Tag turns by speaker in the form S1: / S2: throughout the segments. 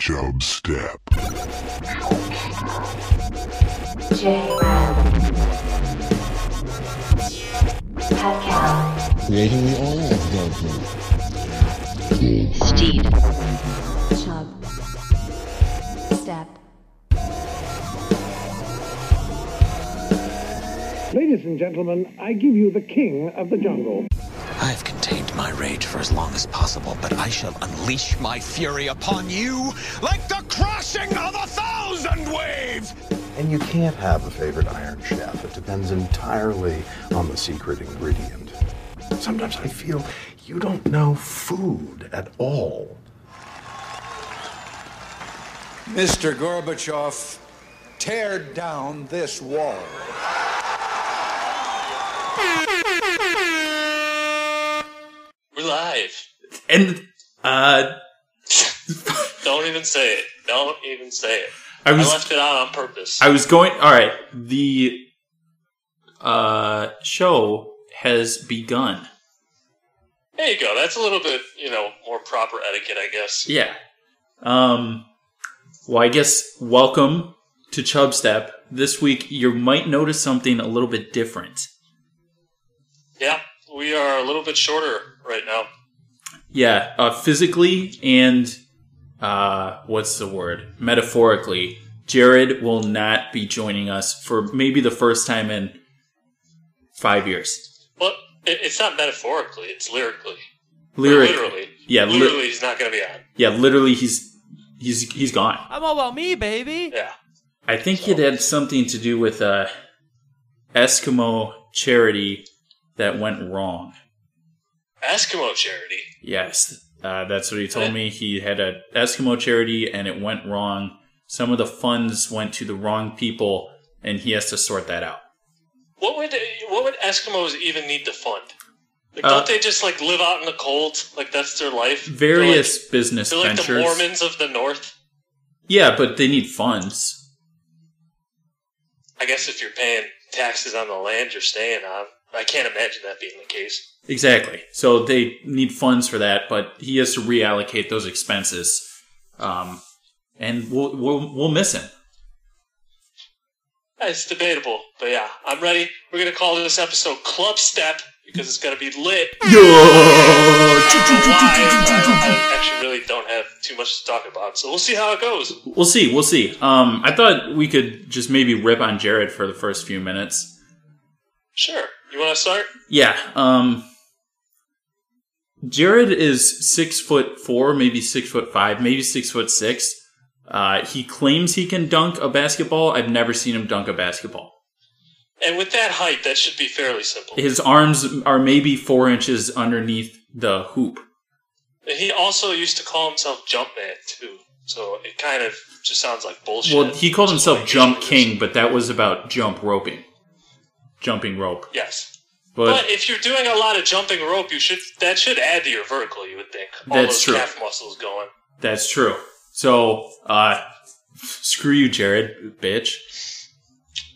S1: Dubstep.
S2: Creating the all of judgment.
S3: Steed. Chub. Step.
S4: Ladies and gentlemen, I give you the king of the jungle.
S5: I have contained my rage for as long as possible, but I shall unleash my fury upon you like the crashing of a thousand waves!
S6: And you can't have a favorite iron chef. It depends entirely on the secret ingredient. Sometimes I feel you don't know food at all.
S7: Mr. Gorbachev, tear down this wall.
S8: We're live.
S9: And uh,
S8: Don't even say it. Don't even say it.
S9: I
S8: I,
S9: was
S8: left it out on purpose.
S9: I was going. All right, the uh, show has begun.
S8: there you go. That's a little bit, you know, more proper etiquette, I guess.
S9: Yeah. Um. Well, I guess welcome to Chubstep. This week, you might notice something a little bit different.
S8: Yeah, we are a little bit shorter right now.
S9: Yeah, uh, physically and uh, what's the word? Metaphorically, Jared will not be joining us for maybe the first time in five years.
S8: Well, it, it's not metaphorically. It's lyrically. Or
S9: Lyrically,
S8: literally.
S9: yeah, li-
S8: Literally, he's not going to be on.
S9: yeah, literally, he's he's he's gone.
S10: I'm all about me, baby.
S8: Yeah.
S9: I think it had something to do with a Eskimo charity that went wrong.
S8: Eskimo charity.
S9: Yes, uh, that's what he told me. He had a Eskimo charity and it went wrong. Some of the funds went to the wrong people, and he has to sort that out.
S8: What would what would Eskimos even need to fund? Like,
S9: Uh,
S8: don't they just like live out in the cold? Like that's their life. They're
S9: Various
S8: like-
S9: business
S8: They're like,
S9: ventures.
S8: the Mormons of the North.
S9: yeah, but they need funds.
S8: I guess if you're paying taxes on the land you're staying on, I can't imagine that being the case.
S9: Exactly. So they need funds for that, but he has to reallocate those expenses. Um, and we'll, we'll we'll miss him.
S8: It's debatable, but yeah, I'm ready. We're gonna call this episode Club Step because it's gonna be lit. Why? I, I actually really don't have too much to talk about, so we'll see how it goes.
S9: We'll see. We'll see. Um, I thought we could just maybe rip on Jared for the first few minutes.
S8: Sure. You want to start?
S9: Yeah. Um, Jared is six foot four, maybe six foot five, maybe six foot six. Uh, he claims he can dunk a basketball. I've never seen him dunk a basketball.
S8: And with that height, that should be fairly simple.
S9: His arms are maybe four inches underneath the hoop.
S8: And he also used to call himself Jumpman too, so it kind of just sounds like bullshit.
S9: Well, he called
S8: Just
S9: himself
S8: like
S9: Jump
S8: usually is.
S9: King, but that was about jump roping, jumping rope.
S8: Yes. But,
S9: But
S8: if you're doing a lot of jumping rope, you should that should add to your vertical. You would think all
S9: That's
S8: those
S9: true.
S8: calf muscles going.
S9: that's true. So, uh, screw you, Jared, bitch.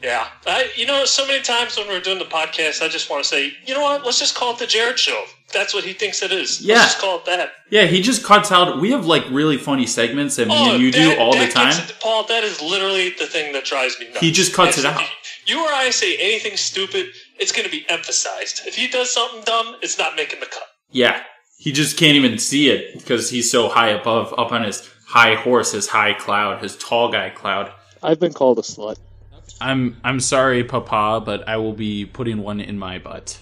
S8: Yeah, I, you know, so many times when we're doing the podcast, I just want to say, you know what? Let's just call it the Jared Show. That's what he thinks it is.
S9: Yeah.
S8: Let's just call it that.
S9: Yeah, he just cuts out. We have like really funny segments that me and you
S8: Oh, that-
S9: do all the
S8: that
S9: time.
S8: gets it- Paul, that is literally the thing that drives me nuts.
S9: He just cuts
S8: If
S9: it out.
S8: You or I say anything stupid, it's going to be emphasized. If he does something dumb, it's not making the cut.
S9: yeah, he just can't even see it because he's so high above, up on his high horse, his high cloud, his tall guy cloud.
S10: I've been called a slut.
S11: I'm I'm sorry, Papa, but I will be putting one in my butt.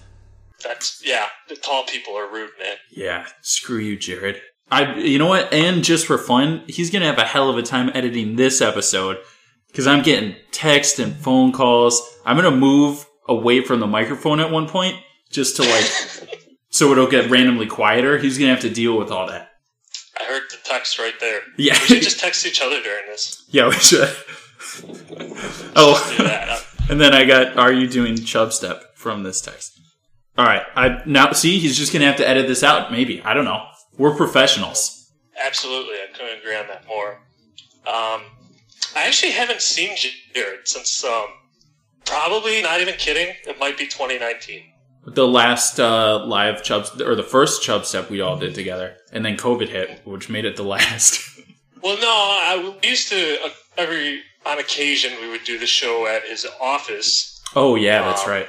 S8: That's yeah. The tall people are rude, man.
S9: Yeah, screw you, Jared. I, you know what? And just for fun, he's gonna have a hell of a time editing this episode because I'm getting text and phone calls. I'm gonna move away from the microphone at one point just to like, so it'll get randomly quieter. He's gonna have to deal with all that.
S8: I heard the text right there.
S9: Yeah.
S8: We should just text each other during this.
S9: Yeah, we should.
S8: Do
S9: oh,
S8: that.
S9: and then I got, "Are you doing chub step?" from this text. All right, I now see he's just gonna have to edit this out. Maybe I don't know. We're professionals.
S8: Absolutely, I couldn't agree on that more. Um, I actually haven't seen Jared since um, probably not even kidding. It might be 2019.
S9: The last uh, live chub or the first chub step we all did together, and then COVID hit, which made it the last.
S8: Well, no, I we used to uh, every on occasion we would do the show at his office.
S9: Oh yeah, that's
S8: Um,
S9: right.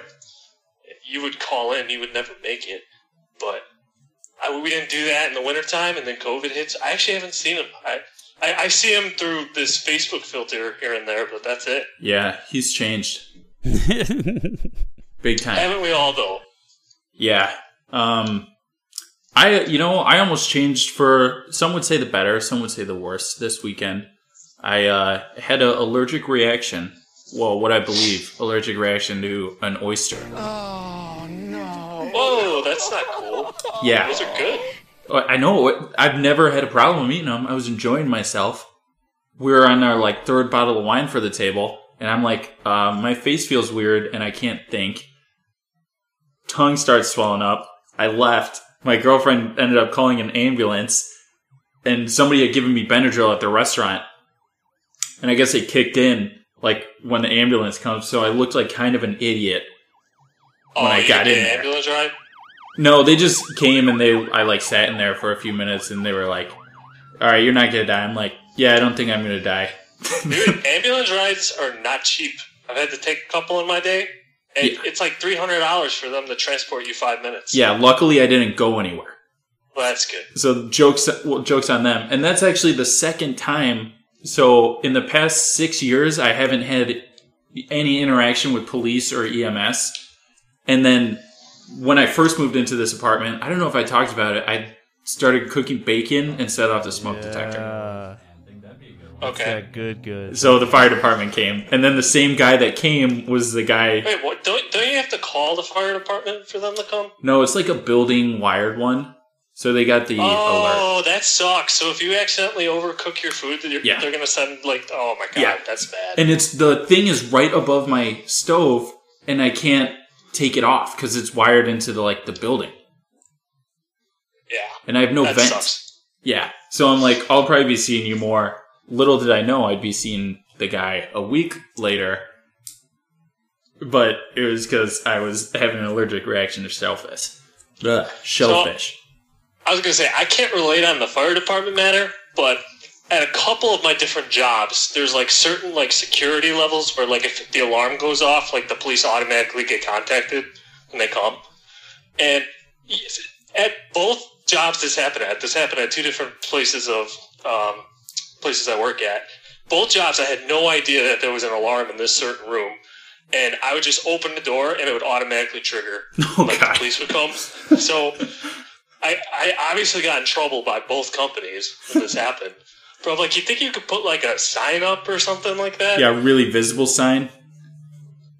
S8: You would call in, you would never make it, but I, we didn't do that in the wintertime, and then COVID hits. I actually haven't seen him. I, I I see him through this Facebook filter here and there, but that's it.
S9: Yeah, he's changed big time.
S8: Haven't we all though?
S9: Yeah. Um I you know, I almost changed for some would say the better, some would say the worst this weekend. I uh had an allergic reaction. Well, what I believe allergic reaction to an oyster.
S8: Whoa, that's not cool.
S9: Yeah.
S8: Those are good.
S9: I I know I've never had a problem eating them. I was enjoying myself. We were on our like third bottle of wine for the table, and I'm like, uh, my face feels weird, and I can't think. Tongue starts swelling up. I left. My girlfriend ended up calling an ambulance, and somebody had given me Benadryl at the restaurant, and I guess it kicked in like when the ambulance comes. So I looked like kind of an idiot
S8: Oh,
S9: when I
S8: you
S9: got
S8: did
S9: in
S8: the
S9: there.
S8: ambulance ride.
S9: No, they just came and they I like sat in there for a few minutes and they were like, "All right, you're not gonna die." I'm like, "Yeah, I don't think I'm gonna die."
S8: Dude, ambulance rides are not cheap. I've had to take a couple in my day, and
S9: Yeah.
S8: it's like three hundred dollars for them to transport you five minutes.
S9: yeah, luckily I didn't go anywhere.
S8: well, that's good.
S9: So jokes well, jokes on them. And that's actually the second time. So in the past 6 years I haven't had any interaction with police or EMS. And then when I first moved into this apartment, I don't know if I talked about it. I started cooking bacon and set off the smoke detector.
S1: Uh,
S8: Okay.
S1: that good, good.
S9: So the fire department came, and then the same guy that came was the guy.
S8: Wait, what? Don't, don't you have to call the fire department for them to come?
S9: No, it's like a building wired one. So they got the alert.
S8: Oh, that sucks. So if you accidentally overcook your food, then you're,
S9: Yeah.
S8: they're gonna send like, oh my god,
S9: Yeah.
S8: that's bad.
S9: And it's the thing is right above my stove, and I can't take it off because it's wired into the like the building,
S8: yeah,
S9: and I have no
S8: that
S9: vents.
S8: sucks.
S9: Yeah. So I'm like, I'll probably be seeing you more. Little did I know I'd be seeing the guy a week later. But it was because I was having an allergic reaction to shellfish. Ugh, shellfish.
S8: I was gonna say I can't relate on the fire department matter, but at a couple of my different jobs, there's like certain like security levels where like if the alarm goes off, like the police automatically get contacted when they come. And at both jobs, this happened at this happened at two different places of um, places I work at. Both jobs, I had no idea that there was an alarm in this certain room, and I would just open the door and it would automatically trigger.
S9: Oh,
S8: like
S9: God.
S8: the police would come. So I, I obviously got in trouble by both companies when this happened. But I'm like, you think you could put like a sign up or something like that?
S9: Yeah, a really visible sign.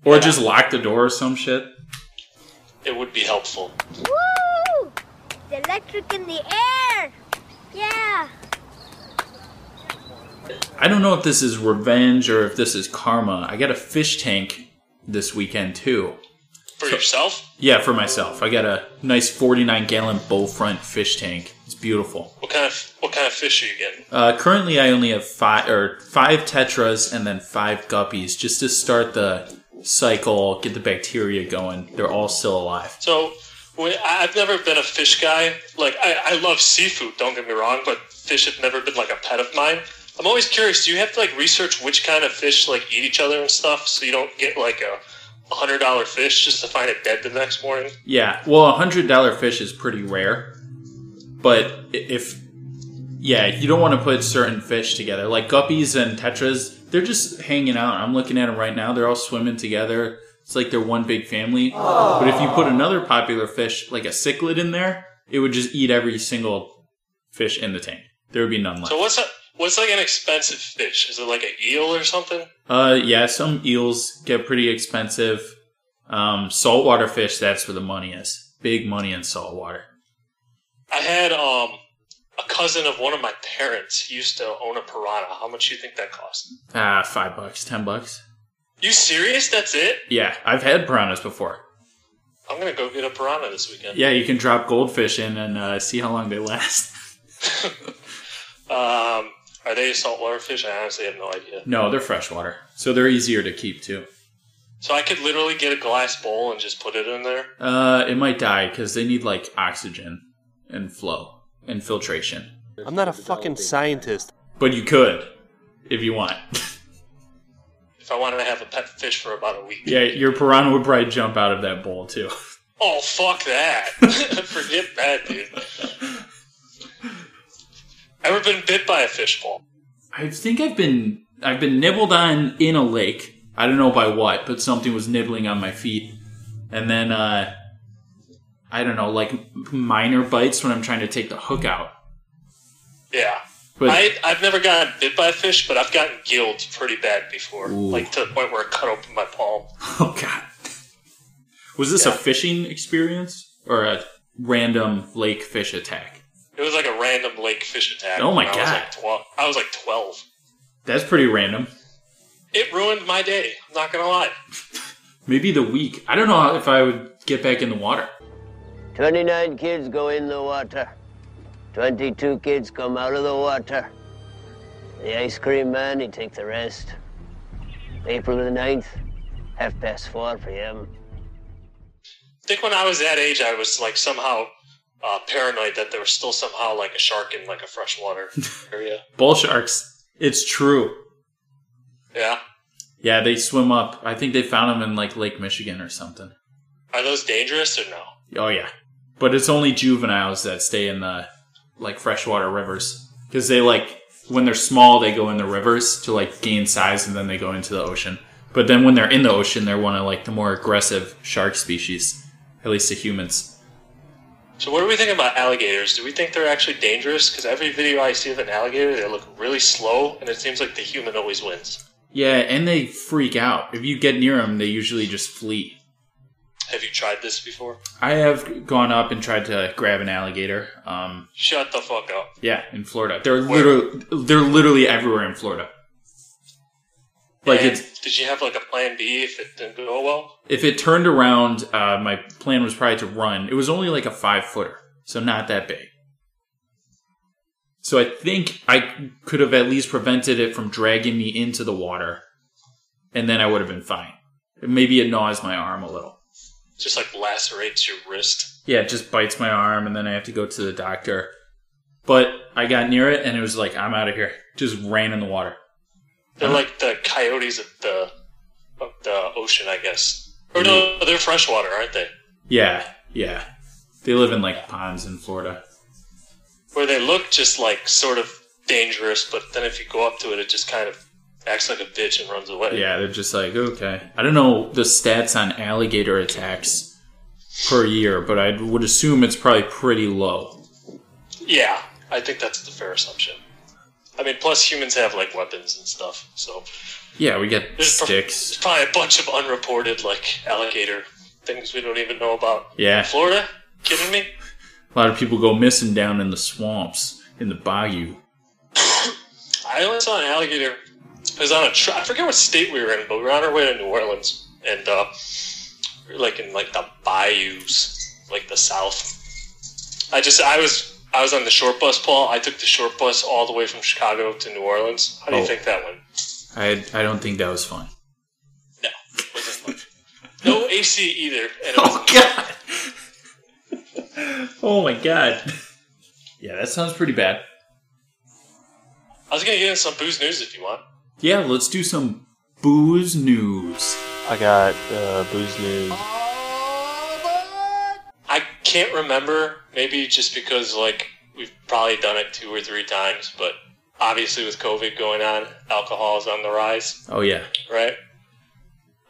S9: Or just lock the door or some shit.
S8: It would be helpful.
S12: Woo! It's electric in the air! Yeah!
S9: I don't know if this is revenge or if this is karma. I got a fish tank this weekend too.
S8: For yourself?
S9: Yeah, for myself. I got a nice 49 gallon Bowfront fish tank. It's beautiful.
S8: What kind of what kind of fish are you getting?
S9: Uh, currently, I only have five or five tetras and then five guppies just to start the cycle, get the bacteria going. They're all still alive.
S8: So when, I- I've never been a fish guy. Like I, I love seafood, don't get me wrong, but fish have never been like a pet of mine. I'm always curious. Do you have to like research which kind of fish like eat each other and stuff, so you don't get like a hundred dollar fish just to find it dead the next morning?
S9: Yeah, well, a hundred dollar fish is pretty rare, but i- if yeah, you don't want to put certain fish together like guppies and tetras. They're just hanging out. I'm looking at them right now. They're all swimming together. It's like they're one big family. But if you put another popular fish like a cichlid in there, it would just eat every single fish in the tank. There would be none left.
S8: So what's a, what's like an expensive fish? Is it like an eel or something?
S9: Uh, yeah, some eels get pretty expensive. Um, saltwater fish, that's where the money is. Big money in saltwater.
S8: I had um a cousin of one of my parents. He used to own a piranha. How much do you think that cost?
S9: Ah, five bucks, ten bucks.
S8: You serious? That's it?
S9: Yeah, I've had piranhas before.
S8: I'm gonna go get a piranha this weekend.
S9: Yeah, you can drop goldfish in and uh, see how long they last.
S8: Um, are they saltwater fish? I honestly have no idea.
S9: no, they're freshwater, so they're easier to keep too.
S8: So I could literally get a glass bowl and just put it in there.
S9: Uh, it might die because they need like oxygen and flow and filtration.
S1: I'm not a fucking scientist.
S9: But you could, if you want.
S8: If I wanted to have a pet fish for about a week.
S9: yeah, your piranha would probably jump out of that bowl too.
S8: Oh, fuck that. Forget that, dude. Ever been bit by a fishbowl?
S9: I think I've been I've been nibbled on in a lake. I don't know by what, but something was nibbling on my feet. And then uh I don't know, like minor bites when I'm trying to take the hook out.
S8: Yeah.
S9: But-
S8: I, I've never gotten bit by a fish, but I've gotten gilled pretty bad before.
S9: Ooh.
S8: Like to the point where it cut open my palm.
S9: Oh god. Was this a fishing experience or a random lake fish attack?
S8: It was like a random lake fish attack.
S9: Oh my
S8: when I was
S9: God.
S8: like 12. I was like 12.
S9: That's pretty random.
S8: It ruined my day. I'm not going to lie.
S9: Maybe the week. I don't know how- if I would get back in the water.
S1: 29 kids go in the water. 22 kids come out of the water. The ice cream man, he take the rest. April the 9th, half past 4 p.m.
S8: I think when I was that age, I was like somehow uh, paranoid that there was still somehow like a shark in like a freshwater area.
S9: Bull sharks. It's true.
S8: Yeah.
S9: Yeah, they swim up. I think they found them in like Lake Michigan or something.
S8: Are those dangerous or no?
S9: Oh yeah, but it's only juveniles that stay in the like freshwater rivers because they like when they're small they go in the rivers to like gain size and then they go into the ocean. But then when they're in the ocean, they're one of like the more aggressive shark species, at least to humans.
S8: So what do we think about alligators? Do we think they're actually dangerous? Because every video I see of an alligator, they look really slow, and it seems like the human always wins.
S9: Yeah, and they freak out. If you get near them, they usually just flee.
S8: Have you tried this before?
S9: I have gone up and tried to grab an alligator. Um,
S8: Shut the fuck up.
S9: yeah, in Florida, they're literally they're literally everywhere in Florida. Like
S8: And
S9: it's
S8: Did you have like a plan B if it didn't go well?
S9: if it turned around, uh, my plan was probably to run. It was only like a five footer, so not that big. So I think I could have at least prevented it from dragging me into the water, and then I would have been fine. Maybe it gnaws my arm a little.
S8: Just like lacerates your wrist.
S9: Yeah, it just bites my arm, and then I have to go to the doctor. But I got near it, and it was like, I'm out of here. Just ran in the water.
S8: They're like the coyotes of the of the ocean, I guess. Or no,
S9: Mm.
S8: they're freshwater, aren't they?
S9: Yeah, yeah. They live in like ponds in Florida.
S8: Where they look just like sort of dangerous, but then if you go up to it, it just kind of acts like a bitch and runs away.
S9: Yeah, they're just like, okay. I don't know the stats on alligator attacks per year, but I would assume it's probably pretty low.
S8: Yeah, I think that's the fair assumption. I mean, plus humans have like weapons and stuff, so
S9: Yeah, we got
S8: There's pro-
S9: sticks.
S8: there's probably a bunch of unreported like alligator things we don't even know about.
S9: Yeah.
S8: Florida? Kidding me?
S9: A lot of people go missing down in the swamps, in the bayou.
S8: I only saw an alligator. It was on a trip. I forget what state we were in, but we were on our way to New Orleans, and uh, we were like in like the bayous, like the south. I just I was I was on the short bus, Paul. I took the short bus all the way from Chicago to New Orleans. How do
S9: Oh.
S8: you think that went?
S9: I I don't think that was fun.
S8: No AC either. And it was,
S9: Oh god. oh my god. Yeah, that sounds pretty bad.
S8: I was gonna get in some booze news if you want.
S9: Yeah, let's do some booze news.
S13: I got uh, booze news.
S8: I can't remember. Maybe just because like we've probably done it two or three times, but obviously with COVID going on, alcohol is on the rise.
S9: Oh yeah.
S8: right?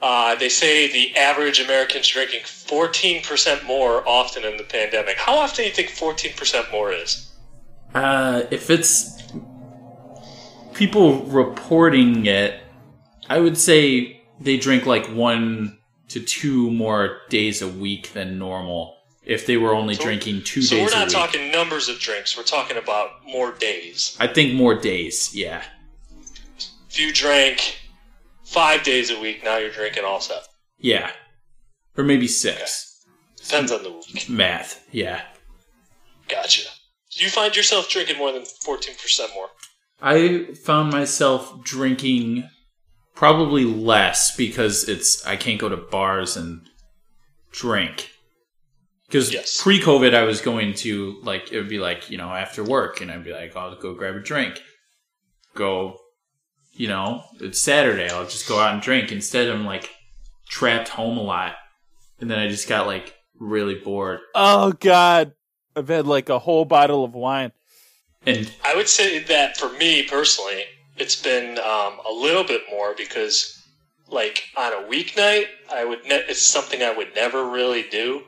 S8: Uh, they say the average American's drinking 14% more often in the pandemic. How often do you think 14% more is?
S9: Uh, if it's people reporting it, I would say they drink like one to two more days a week than normal. If they were only drinking two
S8: so
S9: days
S8: we're
S9: a
S8: not
S9: week,
S8: talking numbers of drinks. We're talking about more days.
S9: I think more days. Yeah,
S8: If you drank five days a week, now you're drinking all seven.
S9: yeah, or maybe six.
S8: Depends on the week.
S9: Math. Yeah,
S8: Gotcha. Do you find yourself drinking more than 14% more?
S9: I found myself drinking probably less because it's I can't go to bars and drink. Because pre-COVID, I was going to like it would be like you know after work, and I'd be like I'll go grab a drink. go, you know, it's Saturday. I'll just go out and drink. Instead, I'm like trapped home a lot. And then I just got like really bored.
S10: Oh God, I've had like a whole bottle of wine.
S9: And
S8: I would say that for me personally, it's been um, a little bit more because, like on a weeknight, I would ne- it's something I would never really do,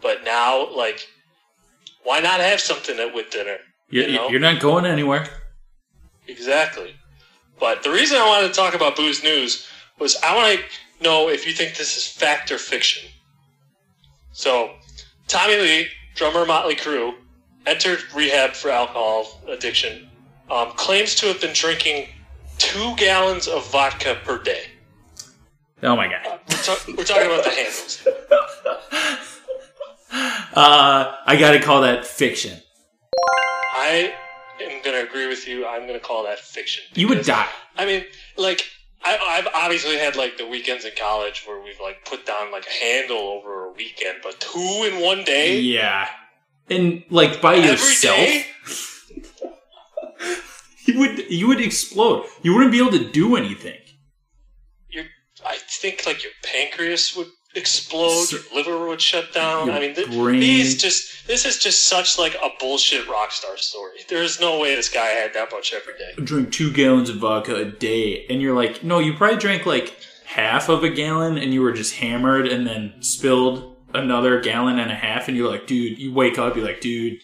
S8: but now like, why not have something at with dinner?
S9: You're,
S8: You know?
S9: you're not going anywhere.
S8: Exactly. But the reason I wanted to talk about booze news was I want to know if you think this is fact or fiction. So, Tommy Lee, drummer of Motley Crue, entered rehab for alcohol addiction, um, claims to have been drinking two gallons of vodka per day.
S9: Oh my god.
S8: We're, ta- we're talking about the handles.
S9: Uh, I gotta call that fiction.
S8: I am going to agree with you. I'm going to call that fiction.
S9: You would die.
S8: I mean, like I, I've obviously had like the weekends in college where we've like put down like a handle over a weekend, but two in one day.
S9: Yeah. And like by yourself,
S8: day?
S9: you would you would explode. You wouldn't be able to do anything.
S8: I think like your pancreas would explode, your liver would shut down.
S9: Your
S8: I mean, th-
S9: brain-
S8: these just this is just such like a bullshit rock star story. There is no way this guy had that much every day.
S9: Drink two gallons of vodka a day, and you're like, no, you probably drank like half of a gallon, and you were just hammered, and then spilled another gallon and a half, and you're like, dude, you wake up, you're like, dude,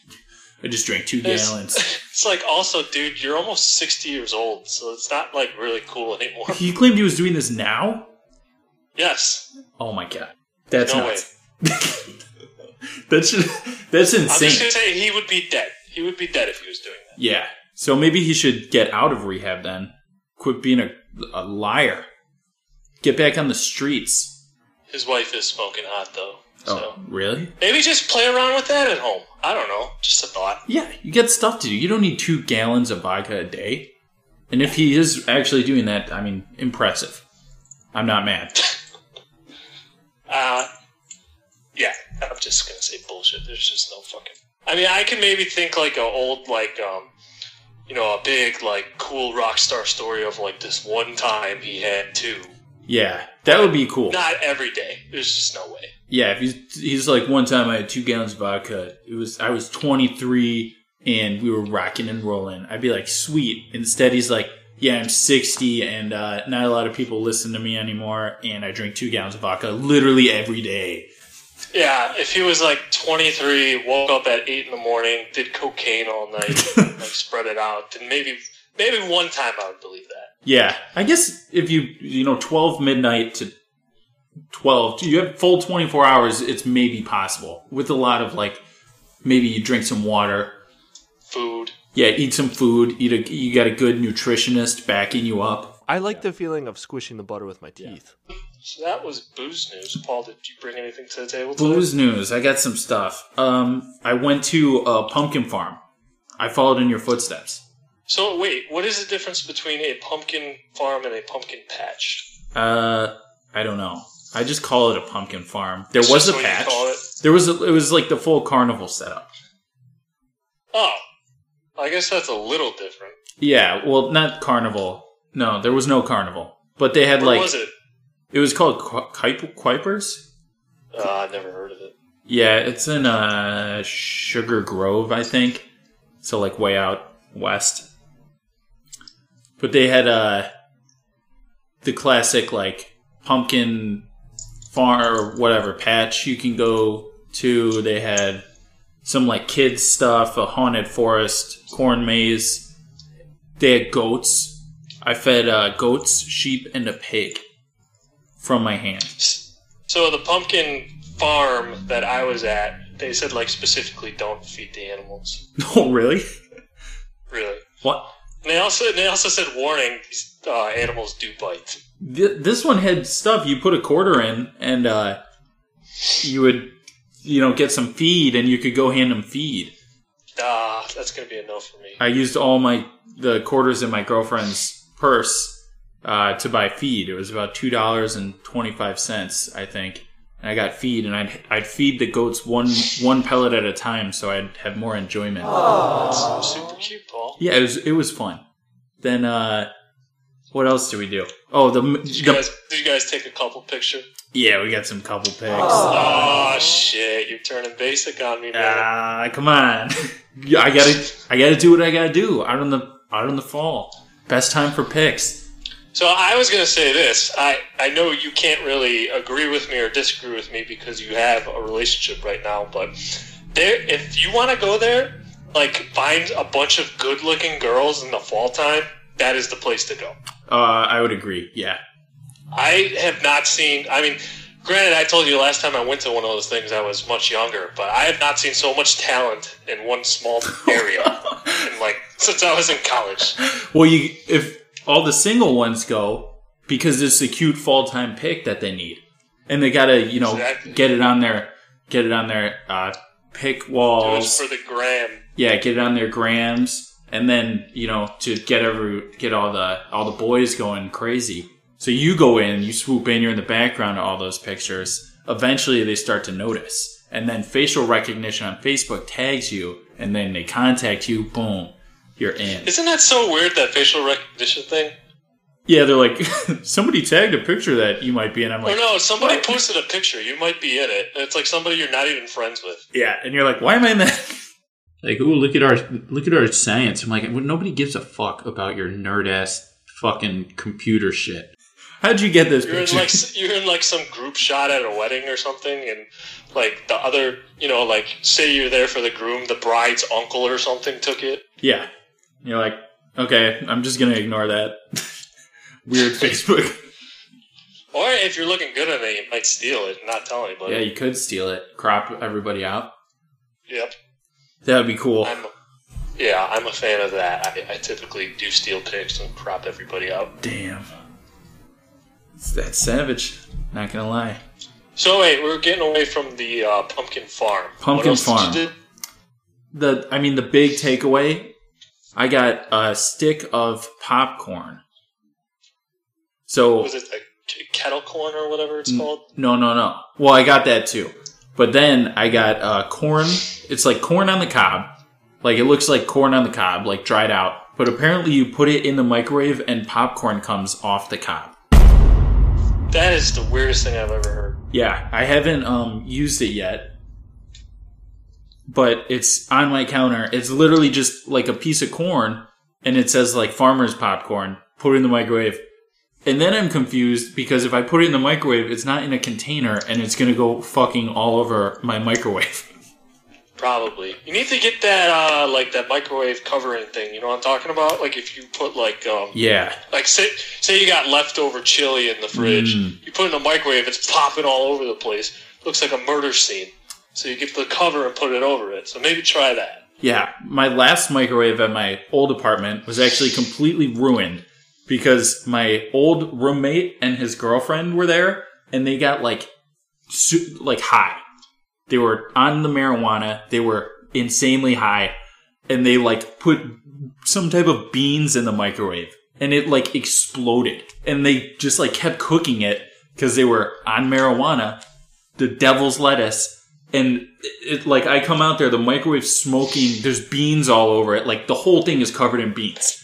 S9: I just drank two
S8: Yes.
S9: gallons.
S8: It's like also, dude, you're almost sixty years old, so it's not like really cool anymore.
S9: he claimed he was doing this now.
S8: yes,
S9: Oh my god, that's
S8: no
S9: nuts.
S8: way.
S9: That's that's
S8: I'm just
S9: insane.
S8: gonna say he would be dead. He would be dead if he was doing that.
S9: Yeah. So maybe he should get out of rehab then. Quit being a, a liar. Get back on the streets.
S8: His wife is smoking hot though.
S9: Oh, really?
S8: Maybe just play around with that at home. I don't know. Just a thought.
S9: Yeah, you get stuff to do. You don't need two gallons of vodka a day. And if he is actually doing that, I mean, impressive. I'm not mad.
S8: Uh, yeah, I'm just gonna say bullshit. There's just no fucking. I mean, I can maybe think like a old like um, you know, a big like cool rock star story of like this one time he had two.
S9: Yeah, that would be cool.
S8: Not every day. There's just no way.
S9: Yeah, if he's he's like one time I had two gallons of vodka. It was I was 23 and we were rocking and rolling. I'd be like, sweet. Instead, he's like, yeah, I'm 60 and uh, not a lot of people listen to me anymore. And I drink two gallons of vodka literally every day.
S8: Yeah, if he was like 23, woke up at eight in the morning, did cocaine all night, like spread it out, then maybe maybe one time I would believe that.
S9: Yeah, I guess if you you know 12 midnight to 12, you have full 24 hours. It's maybe possible with a lot of like maybe you drink some water,
S8: Food.
S9: yeah, eat some food, eat a you got a good nutritionist backing you up.
S14: I like the feeling of squishing the butter with my teeth.
S8: So that was booze news. Paul, did you bring anything to the table? Today?
S9: Blues news. I got some stuff. Um, I went to a pumpkin farm. I followed in your footsteps.
S8: So wait, what is the difference between a pumpkin farm and a pumpkin patch?
S9: Uh, I don't know. I just call it a pumpkin farm. There
S8: It's
S9: was
S8: just
S9: a
S8: what you
S9: patch.
S8: call it.
S9: There was a, it was like the full carnival setup.
S8: Oh, I guess that's a little different.
S9: Yeah, well, not carnival. No, there was no carnival, but they had
S8: What
S9: like
S8: was it?
S9: it was called Qu- Kuip- Kuipers.
S8: Uh, I never heard of it.
S9: Yeah, it's in uh, Sugar Grove, I think. So like way out west. But they had uh the classic like pumpkin farm or whatever patch you can go to. They had some like kids stuff, a haunted forest, corn maze. They had goats. I fed uh, goats, sheep, and a pig from my hand.
S8: So the pumpkin farm that I was at, they said like specifically don't feed the animals.
S9: oh, really?
S8: Really.
S9: What?
S8: And they also they also said warning: these uh, animals do bite.
S9: Th- this one had stuff you put a quarter in and uh, you would you know get some feed and you could go hand them feed
S8: Ah, that's gonna be a no for me.
S9: i used all my the quarters in my girlfriend's purse uh, to buy feed it was about two dollars and 25 cents i think and i got feed and i'd i'd feed the goats one one pellet at a time so i'd have more enjoyment
S8: That's super cute, Paul.
S9: yeah it was it was fun Then uh, what else do we do? Oh, the,
S8: Did you
S9: the-
S8: guys? Did you guys take a couple pictures?
S9: yeah, we got some couple picks.
S8: Oh, shit! You're turning basic on me, man.
S9: Ah, come on. Yeah, I gotta, I gotta do what I gotta do. Out on the, out on the fall. Best time for picks.
S8: So I was going to say this. I, I know you can't really agree with me or disagree with me because you have a relationship right now, but there if you want to go there, like find a bunch of good-looking girls in the fall time, that is the place to go.
S9: Uh, I would agree. Yeah.
S8: I have not seen. I mean, granted, I told you last time I went to one of those things, I was much younger, but I have not seen so much talent in one small area, in, like since I was in college.
S9: Well, you if all the single ones go because it's the cute fall time pick that they need, and they gotta you know
S8: Exactly.
S9: get it on their get it on their uh, pick
S8: It was
S9: walls.
S8: for the gram.
S9: yeah, get it on their grams, and then you know to get every get all the all the boys going crazy. So you go in, you swoop in, you're in the background of all those pictures. Eventually, they start to notice, and then facial recognition on Facebook tags you, and then they contact you. Boom, you're in.
S8: Isn't that so weird that facial recognition thing?
S9: Yeah, they're like, somebody tagged a picture that you might be in. I'm
S8: Oh
S9: like,
S8: no, somebody posted a picture. You might be in it. It's like somebody you're not even friends with.
S9: yeah, and you're like, why am I in that?
S11: Like, ooh, look at our look at our science. I'm like, well, nobody gives a fuck about your nerd ass fucking computer shit.
S9: How'd you get this
S8: You're in like s- you're in like some group shot at a wedding or something, and like the other, you know, like say you're there for the groom, the bride's uncle or something took it.
S9: Yeah, you're like, okay, I'm just gonna ignore that weird Facebook.
S8: Or if you're looking good on it, you might steal it and not tell anybody.
S9: yeah, you could steal it, crop everybody out.
S8: Yep.
S9: That would be cool.
S8: I'm, yeah, I'm a fan of that. I, I typically do steal pics and prop everybody up.
S9: Damn, that's savage. Not gonna lie.
S8: So wait, we're getting away from the uh, pumpkin farm. What
S9: Pumpkin
S8: else did you
S9: farm.
S8: do?
S9: The I mean, the big takeaway. I got a stick of popcorn. So
S8: Was it like k- kettle corn or whatever
S9: Mm.
S8: it's called?
S9: No, no, no. Well, I got that too. But then I got uh, corn. It's like corn on the cob. Like it looks like corn on the cob, like dried out. But apparently you put it in the microwave and popcorn comes off the cob.
S8: That is the weirdest thing I've ever heard.
S9: Yeah, I haven't um, used it yet. But it's on my counter. It's literally just like a piece of corn and it says like farmer's popcorn. Put it in the microwave. And then I'm confused because if I put it in the microwave, it's not in a container and it's going to go fucking all over my microwave.
S8: Probably. You need to get that uh like that microwave covering thing, you know what I'm talking about? Like if you put like um
S9: Yeah.
S8: like say say you got leftover chili in the fridge.
S9: Mm.
S8: You put it in the microwave, it's popping all over the place. Looks like a murder scene. So you get the cover and put it over it. So maybe try that.
S9: Yeah, my last microwave at my old apartment was actually completely ruined because my old roommate and his girlfriend were there and they got like su- like high. They were on the marijuana, they were insanely high and they like put some type of beans in the microwave and it like exploded and they just like kept cooking it because they were on marijuana the devil's lettuce and it, it- like i come out there the microwave's smoking there's beans all over it like the whole thing is covered in beans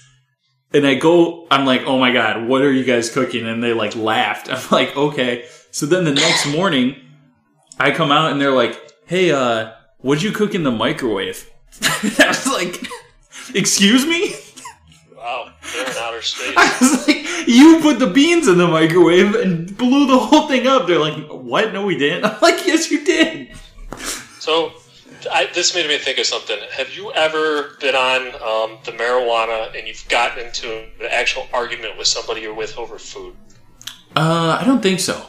S9: and i go i'm like oh my god what are you guys cooking and they like laughed i'm like okay so then the next morning i come out and they're like hey uh what'd you cook in the microwave i was like excuse me
S8: Wow, they're in outer space.
S9: you put the beans in the microwave and blew the whole thing up they're like what no we didn't i'm like yes you did
S8: So, I, this made me think of something. Have you ever been on um, the marijuana and you've gotten into an actual argument with somebody you're with over food?
S9: Uh, I don't think so.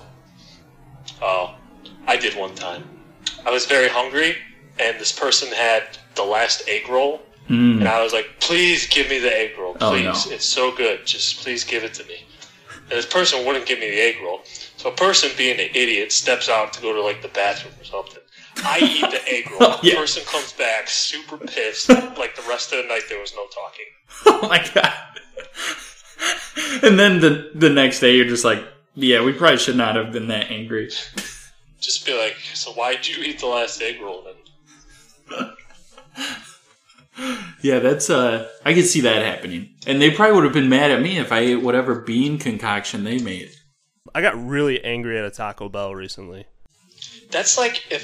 S8: Oh, I did one time. I was very hungry, and this person had the last egg roll,
S9: Mm.
S8: and I was like, "Please give me the egg roll,
S9: Oh,
S8: please.
S9: no.
S8: It's so good. Just please give it to me." And this person wouldn't give me the egg roll. So a person being an idiot steps out to go to like the bathroom or something. I eat the egg roll.
S9: Oh, Yeah.
S8: The person comes back super pissed. like the rest of the night, there was no talking.
S9: Oh And then the the next day, you're just like, yeah, we probably should not have been that angry.
S8: Just be like, "So why'd you eat the last egg roll then?"
S9: Yeah, that's uh I could see that happening. And they probably would have been mad at me if I ate whatever bean concoction they made.
S15: I got really angry at a Taco Bell recently.
S8: That's like if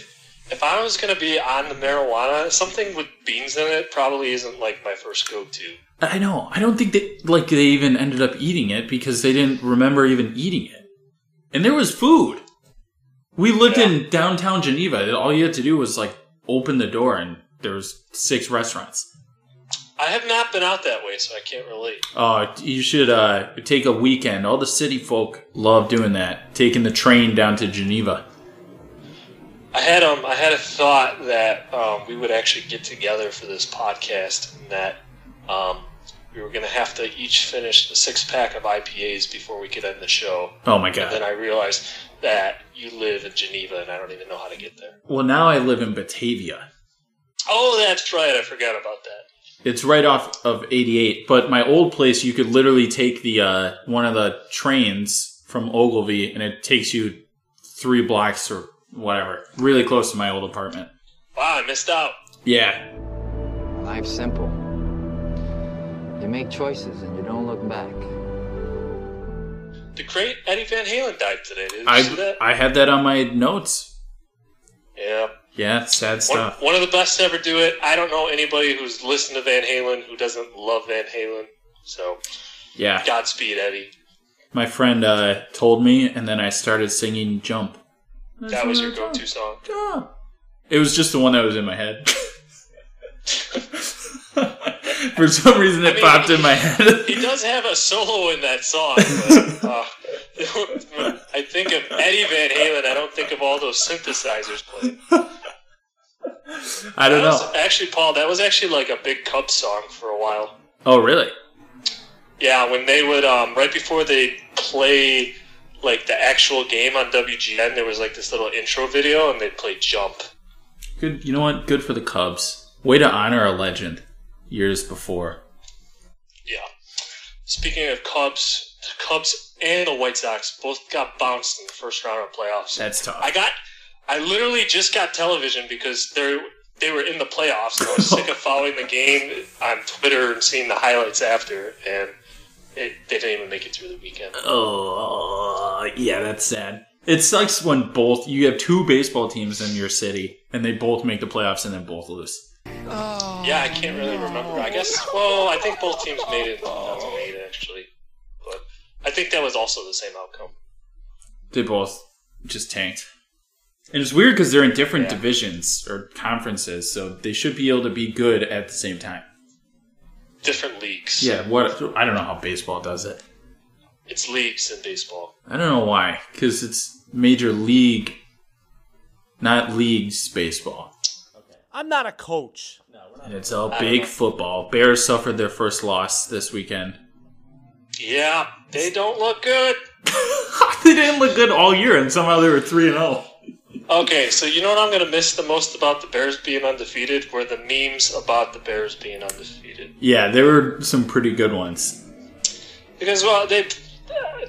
S8: if I was gonna be on the marijuana, something with beans in it probably isn't like my first go-to.
S9: I know. I don't think they like they even ended up eating it because they didn't remember even eating it. And there was food. We lived in downtown Geneva. All you had to do was like open the door and there was six restaurants.
S8: I have not been out that way, so I can't relate.
S9: Oh, you should uh, take a weekend. All the city folk love doing that. Taking the train down to Geneva.
S8: I had um I had a thought that um, we would actually get together for this podcast and that um, we were gonna have to each finish the six pack of IPAs before we could end the show.
S9: Oh my God.
S8: And then I realized that you live in Geneva and I don't even know how to get there.
S9: Well, now I live in Batavia.
S8: Oh, that's right. I forgot about that.
S9: It's right off of 88, but my old place, you could literally take the uh, one of the trains from Ogilvy, and it takes you three blocks or whatever, really close to my old apartment.
S8: Wow, I missed out.
S9: Yeah,
S16: Life's simple. You make choices and you don't look back.
S8: The great Eddie Van Halen died today. Did you see
S9: I
S8: that?
S9: I had that on my notes.
S8: Yeah.
S9: Yeah, sad
S8: One,
S9: stuff.
S8: one of the best to ever do it. I don't know anybody who's listened to Van Halen who doesn't love Van Halen. So,
S9: Yeah,
S8: Godspeed, Eddie.
S9: my friend uh, told me, and then I started singing "Jump."
S8: That was your go-to song.
S9: It was just the one that was in my head. For some reason, it popped in my head.
S8: he does have a solo in that song. But, uh, when I think of Eddie Van Halen. I don't think of all those synthesizers playing.
S9: I don't
S8: That was-
S9: know.
S8: Actually, Paul, that was actually like a big Cub song for a while.
S9: Oh, really?
S8: Yeah, when they would um, right before they play like the actual game on WGN, there was like this little intro video, and they'd play Jump.
S9: Good. You know what? Good for the Cubs. Way to honor a legend. Years before.
S8: Yeah. Speaking of Cubs, the Cubs and the White Sox both got bounced in the first round of playoffs.
S9: That's tough.
S8: I got, I literally just got television because they they were in the playoffs. And I was sick of following the game on Twitter and seeing the highlights after, and it, they didn't even make it through the weekend.
S9: Oh, yeah, that's sad. It sucks when both you have two baseball teams in your city and they both make the playoffs and then both lose.
S8: Yeah, I can't really remember. I guess. Well, I think both teams made it. Not made it actually, but I think that was also the same outcome.
S9: They both just tanked. And it's weird because they're in different divisions or conferences, so they should be able to be good at the same time.
S8: Different leagues.
S9: Yeah, what I don't know how baseball does it.
S8: It's leagues in baseball.
S9: I don't know why, because it's major league, not leagues baseball.
S10: I'm not a coach.
S9: And it's all
S10: I don't
S9: big
S10: know.
S9: football. Bears suffered their first loss this weekend.
S8: Yeah, they don't look good.
S9: they didn't look good all year, and somehow they were three and oh. zero.
S8: Okay, so you know what I'm gonna miss the most about the Bears being undefeated were the memes about the Bears being undefeated
S9: Yeah, there were some pretty good ones.
S8: because well they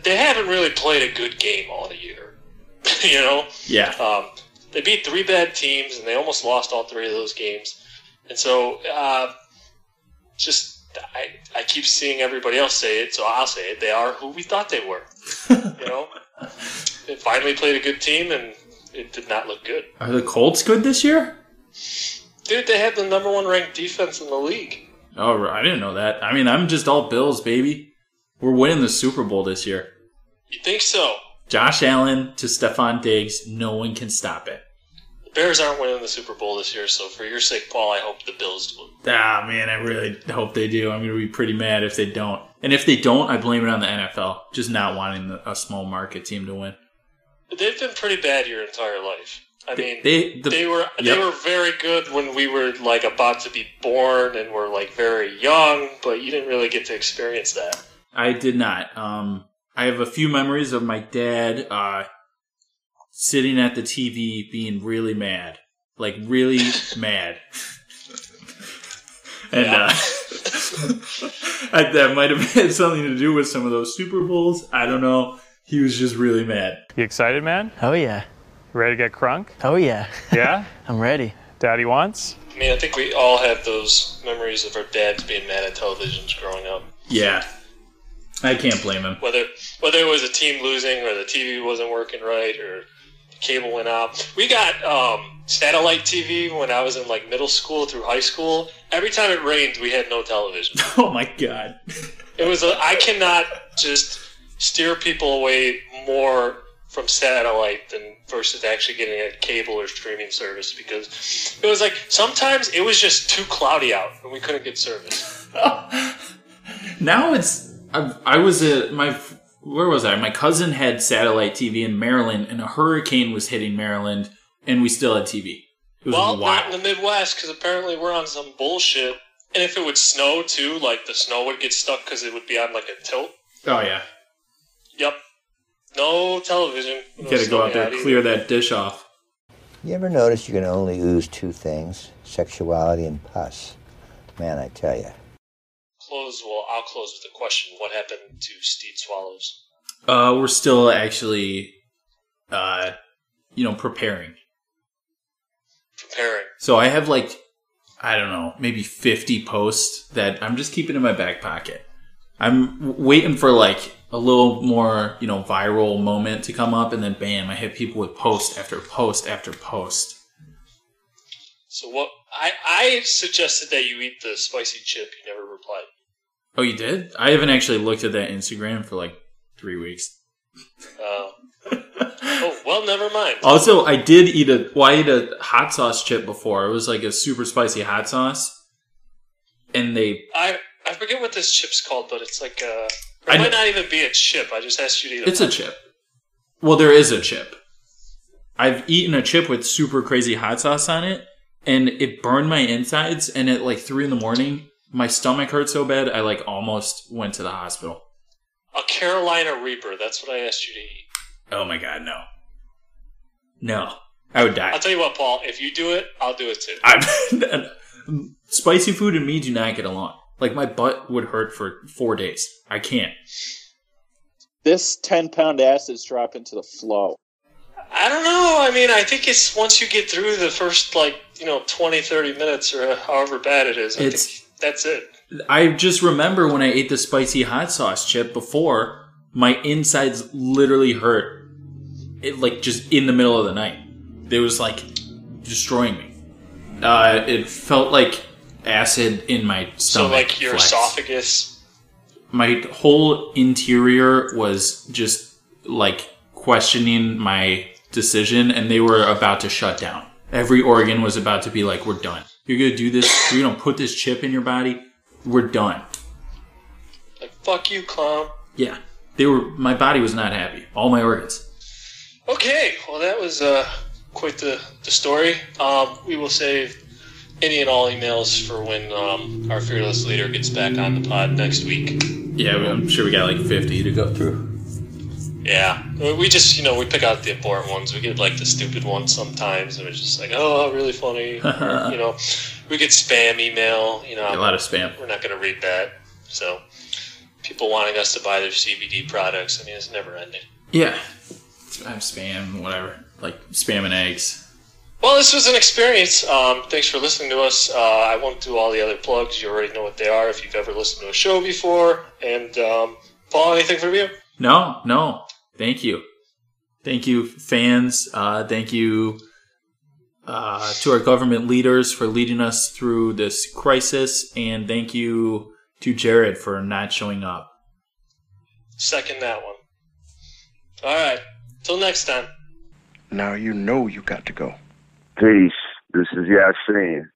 S8: they haven't really played a good game all year. you know.
S9: Yeah.
S8: Um, they beat three bad teams, and they almost lost all three of those games. And so, uh, just I, I keep seeing everybody else say it, so I'll say it. They are who we thought they were. you know, they finally played a good team, and it did not look good.
S9: Are the Colts good this year?
S8: Dude, they had the number one ranked defense in the league.
S9: Oh, I didn't know that. I mean, I'm just all Bills, baby. We're winning the Super Bowl this year.
S8: You think so?
S9: Josh Allen to Stephon Diggs, no one can stop it.
S8: The Bears aren't winning the Super Bowl this year, so for your sake, Paul, I hope the Bills do.
S9: Ah, man, I really hope they do. I'm going to be pretty mad if they don't. And if they don't, I blame it on the NFL, just not wanting the, a small market team to win.
S8: They've been pretty bad your entire life. I mean, they,
S9: they- the-
S8: were
S9: yep.
S8: they were very good when we were like about to be born and were like very young, but you didn't really get to experience that.
S9: I did not. Um, I have a few memories of my dad uh, sitting at the TV being really mad, like really mad. and
S5: Yeah.
S9: uh, I, that might have had something to do with some of those Super Bowls. I don't know. He was just really mad.
S17: You excited, man?
S18: Oh yeah.
S17: Ready to get crunk?
S18: Oh yeah.
S17: Yeah?
S18: I'm ready.
S17: Daddy wants?
S8: I mean, I think we all have those memories of our dads being mad at televisions growing up.
S9: Yeah. I can't blame him.
S8: Whether whether it was a team losing or the TV wasn't working right or cable went out. We got um, satellite TV when I was in like middle school through high school. Every time it rained, we had no television.
S9: Oh my god.
S8: It was a, I cannot just steer people away more from satellite than versus actually getting a cable or streaming service because it was like sometimes it was just too cloudy out and we couldn't get service.
S9: Now it's I, I was a my where was I? My cousin had satellite TV in Maryland, and a hurricane was hitting Maryland, and we still had TV. It was
S8: well, not
S9: wild.
S8: in the Midwest because apparently we're on some bullshit. And if it would snow too, like the snow would get stuck because it would be on like a tilt.
S9: Oh yeah,
S8: Yep. No television.
S9: you
S8: No
S9: gotta go
S8: snow
S9: out there
S8: yet
S9: clear
S8: either.
S9: that dish off.
S17: You ever notice you can only ooze two things sexuality and pus? Man, I tell you.
S8: Close. Well, I'll close with a question. What happened to Steed Swallows?
S9: Uh, we're still actually, uh, you know, preparing.
S8: Preparing.
S9: So I have like, I don't know, maybe 50 posts that I'm just keeping in my back pocket. I'm w- waiting for like a little more, you know, viral moment to come up, and then bam, I hit people with post after post after post.
S8: So what? I I suggested that you eat the spicy chip. You never replied.
S9: Oh, you did? I haven't actually looked at that Instagram for like three weeks.
S8: Uh, oh well, never mind.
S9: Also, I did eat a, well, I ate a hot sauce chip before. It was like a super spicy hot sauce, and they
S8: I I forget what this chip's called, but it's like a. It
S9: I
S8: might
S9: know-
S8: not even be a chip. I just asked you to eat.
S9: It's a chip. Well, there is a chip. I've eaten a chip with super crazy hot sauce on it, and it burned my insides. And at like three in the morning, my stomach hurt so bad I like almost went to the hospital.
S8: A Carolina Reaper. That's what I asked you to eat.
S9: Oh my god, no, no, I would die.
S8: I'll tell you what, Paul. If you do it, I'll do it too.
S9: I, spicy food and me do not get along. Like my butt would hurt for four days. I can't.
S18: This 10 pound acid's dropping to the flow.
S8: I don't know. I mean, I think it's once you get through the first, like, you know, 20, 30 minutes or however bad it is. I
S9: It's-
S8: think that's it.
S9: I just remember when I ate the spicy hot sauce chip before, my insides literally hurt. It like just in the middle of the night. It was like destroying me. Uh, it felt like acid in my
S8: So,
S9: stomach.
S8: like, your
S9: flex.
S8: esophagus.
S9: My whole interior was just like questioning my decision, and they were about to shut down. Every organ was about to be like, "We're done. You're gonna do this. You're gonna put this chip in your body. We're done."
S8: Like, fuck you, clown.
S9: Yeah, they were. My body was not happy. All my organs.
S8: Okay, well, that was uh, quite the, the story. Um, we will save any and all emails for when um, our fearless leader gets back on the pod next week.
S9: Yeah, I'm sure we got like 50 to go through.
S8: Yeah. We we just, you know, we pick out the important ones. We get, like, the stupid ones sometimes, and it's just like, oh, really funny. Or, you know, we get spam email, you know.
S9: A lot of spam.
S8: We're not going to read that. So, people wanting us to buy their CBD products, I mean, it's never ending.
S9: Yeah, I have spam, whatever, like spam and eggs.
S8: Well, this was an experience. Um, thanks for listening to us. Uh, I won't do all the other plugs. You already know what they are if you've ever listened to a show before. And, um, Paul, anything from you?
S9: No, no. Thank you, thank you, fans. Uh, thank you uh, to our government leaders for leading us through this crisis, and thank you to Jared for not showing up.
S8: Second that one. All right. Till next time.
S19: Now you know you got to go.
S20: Peace. This is Yasin.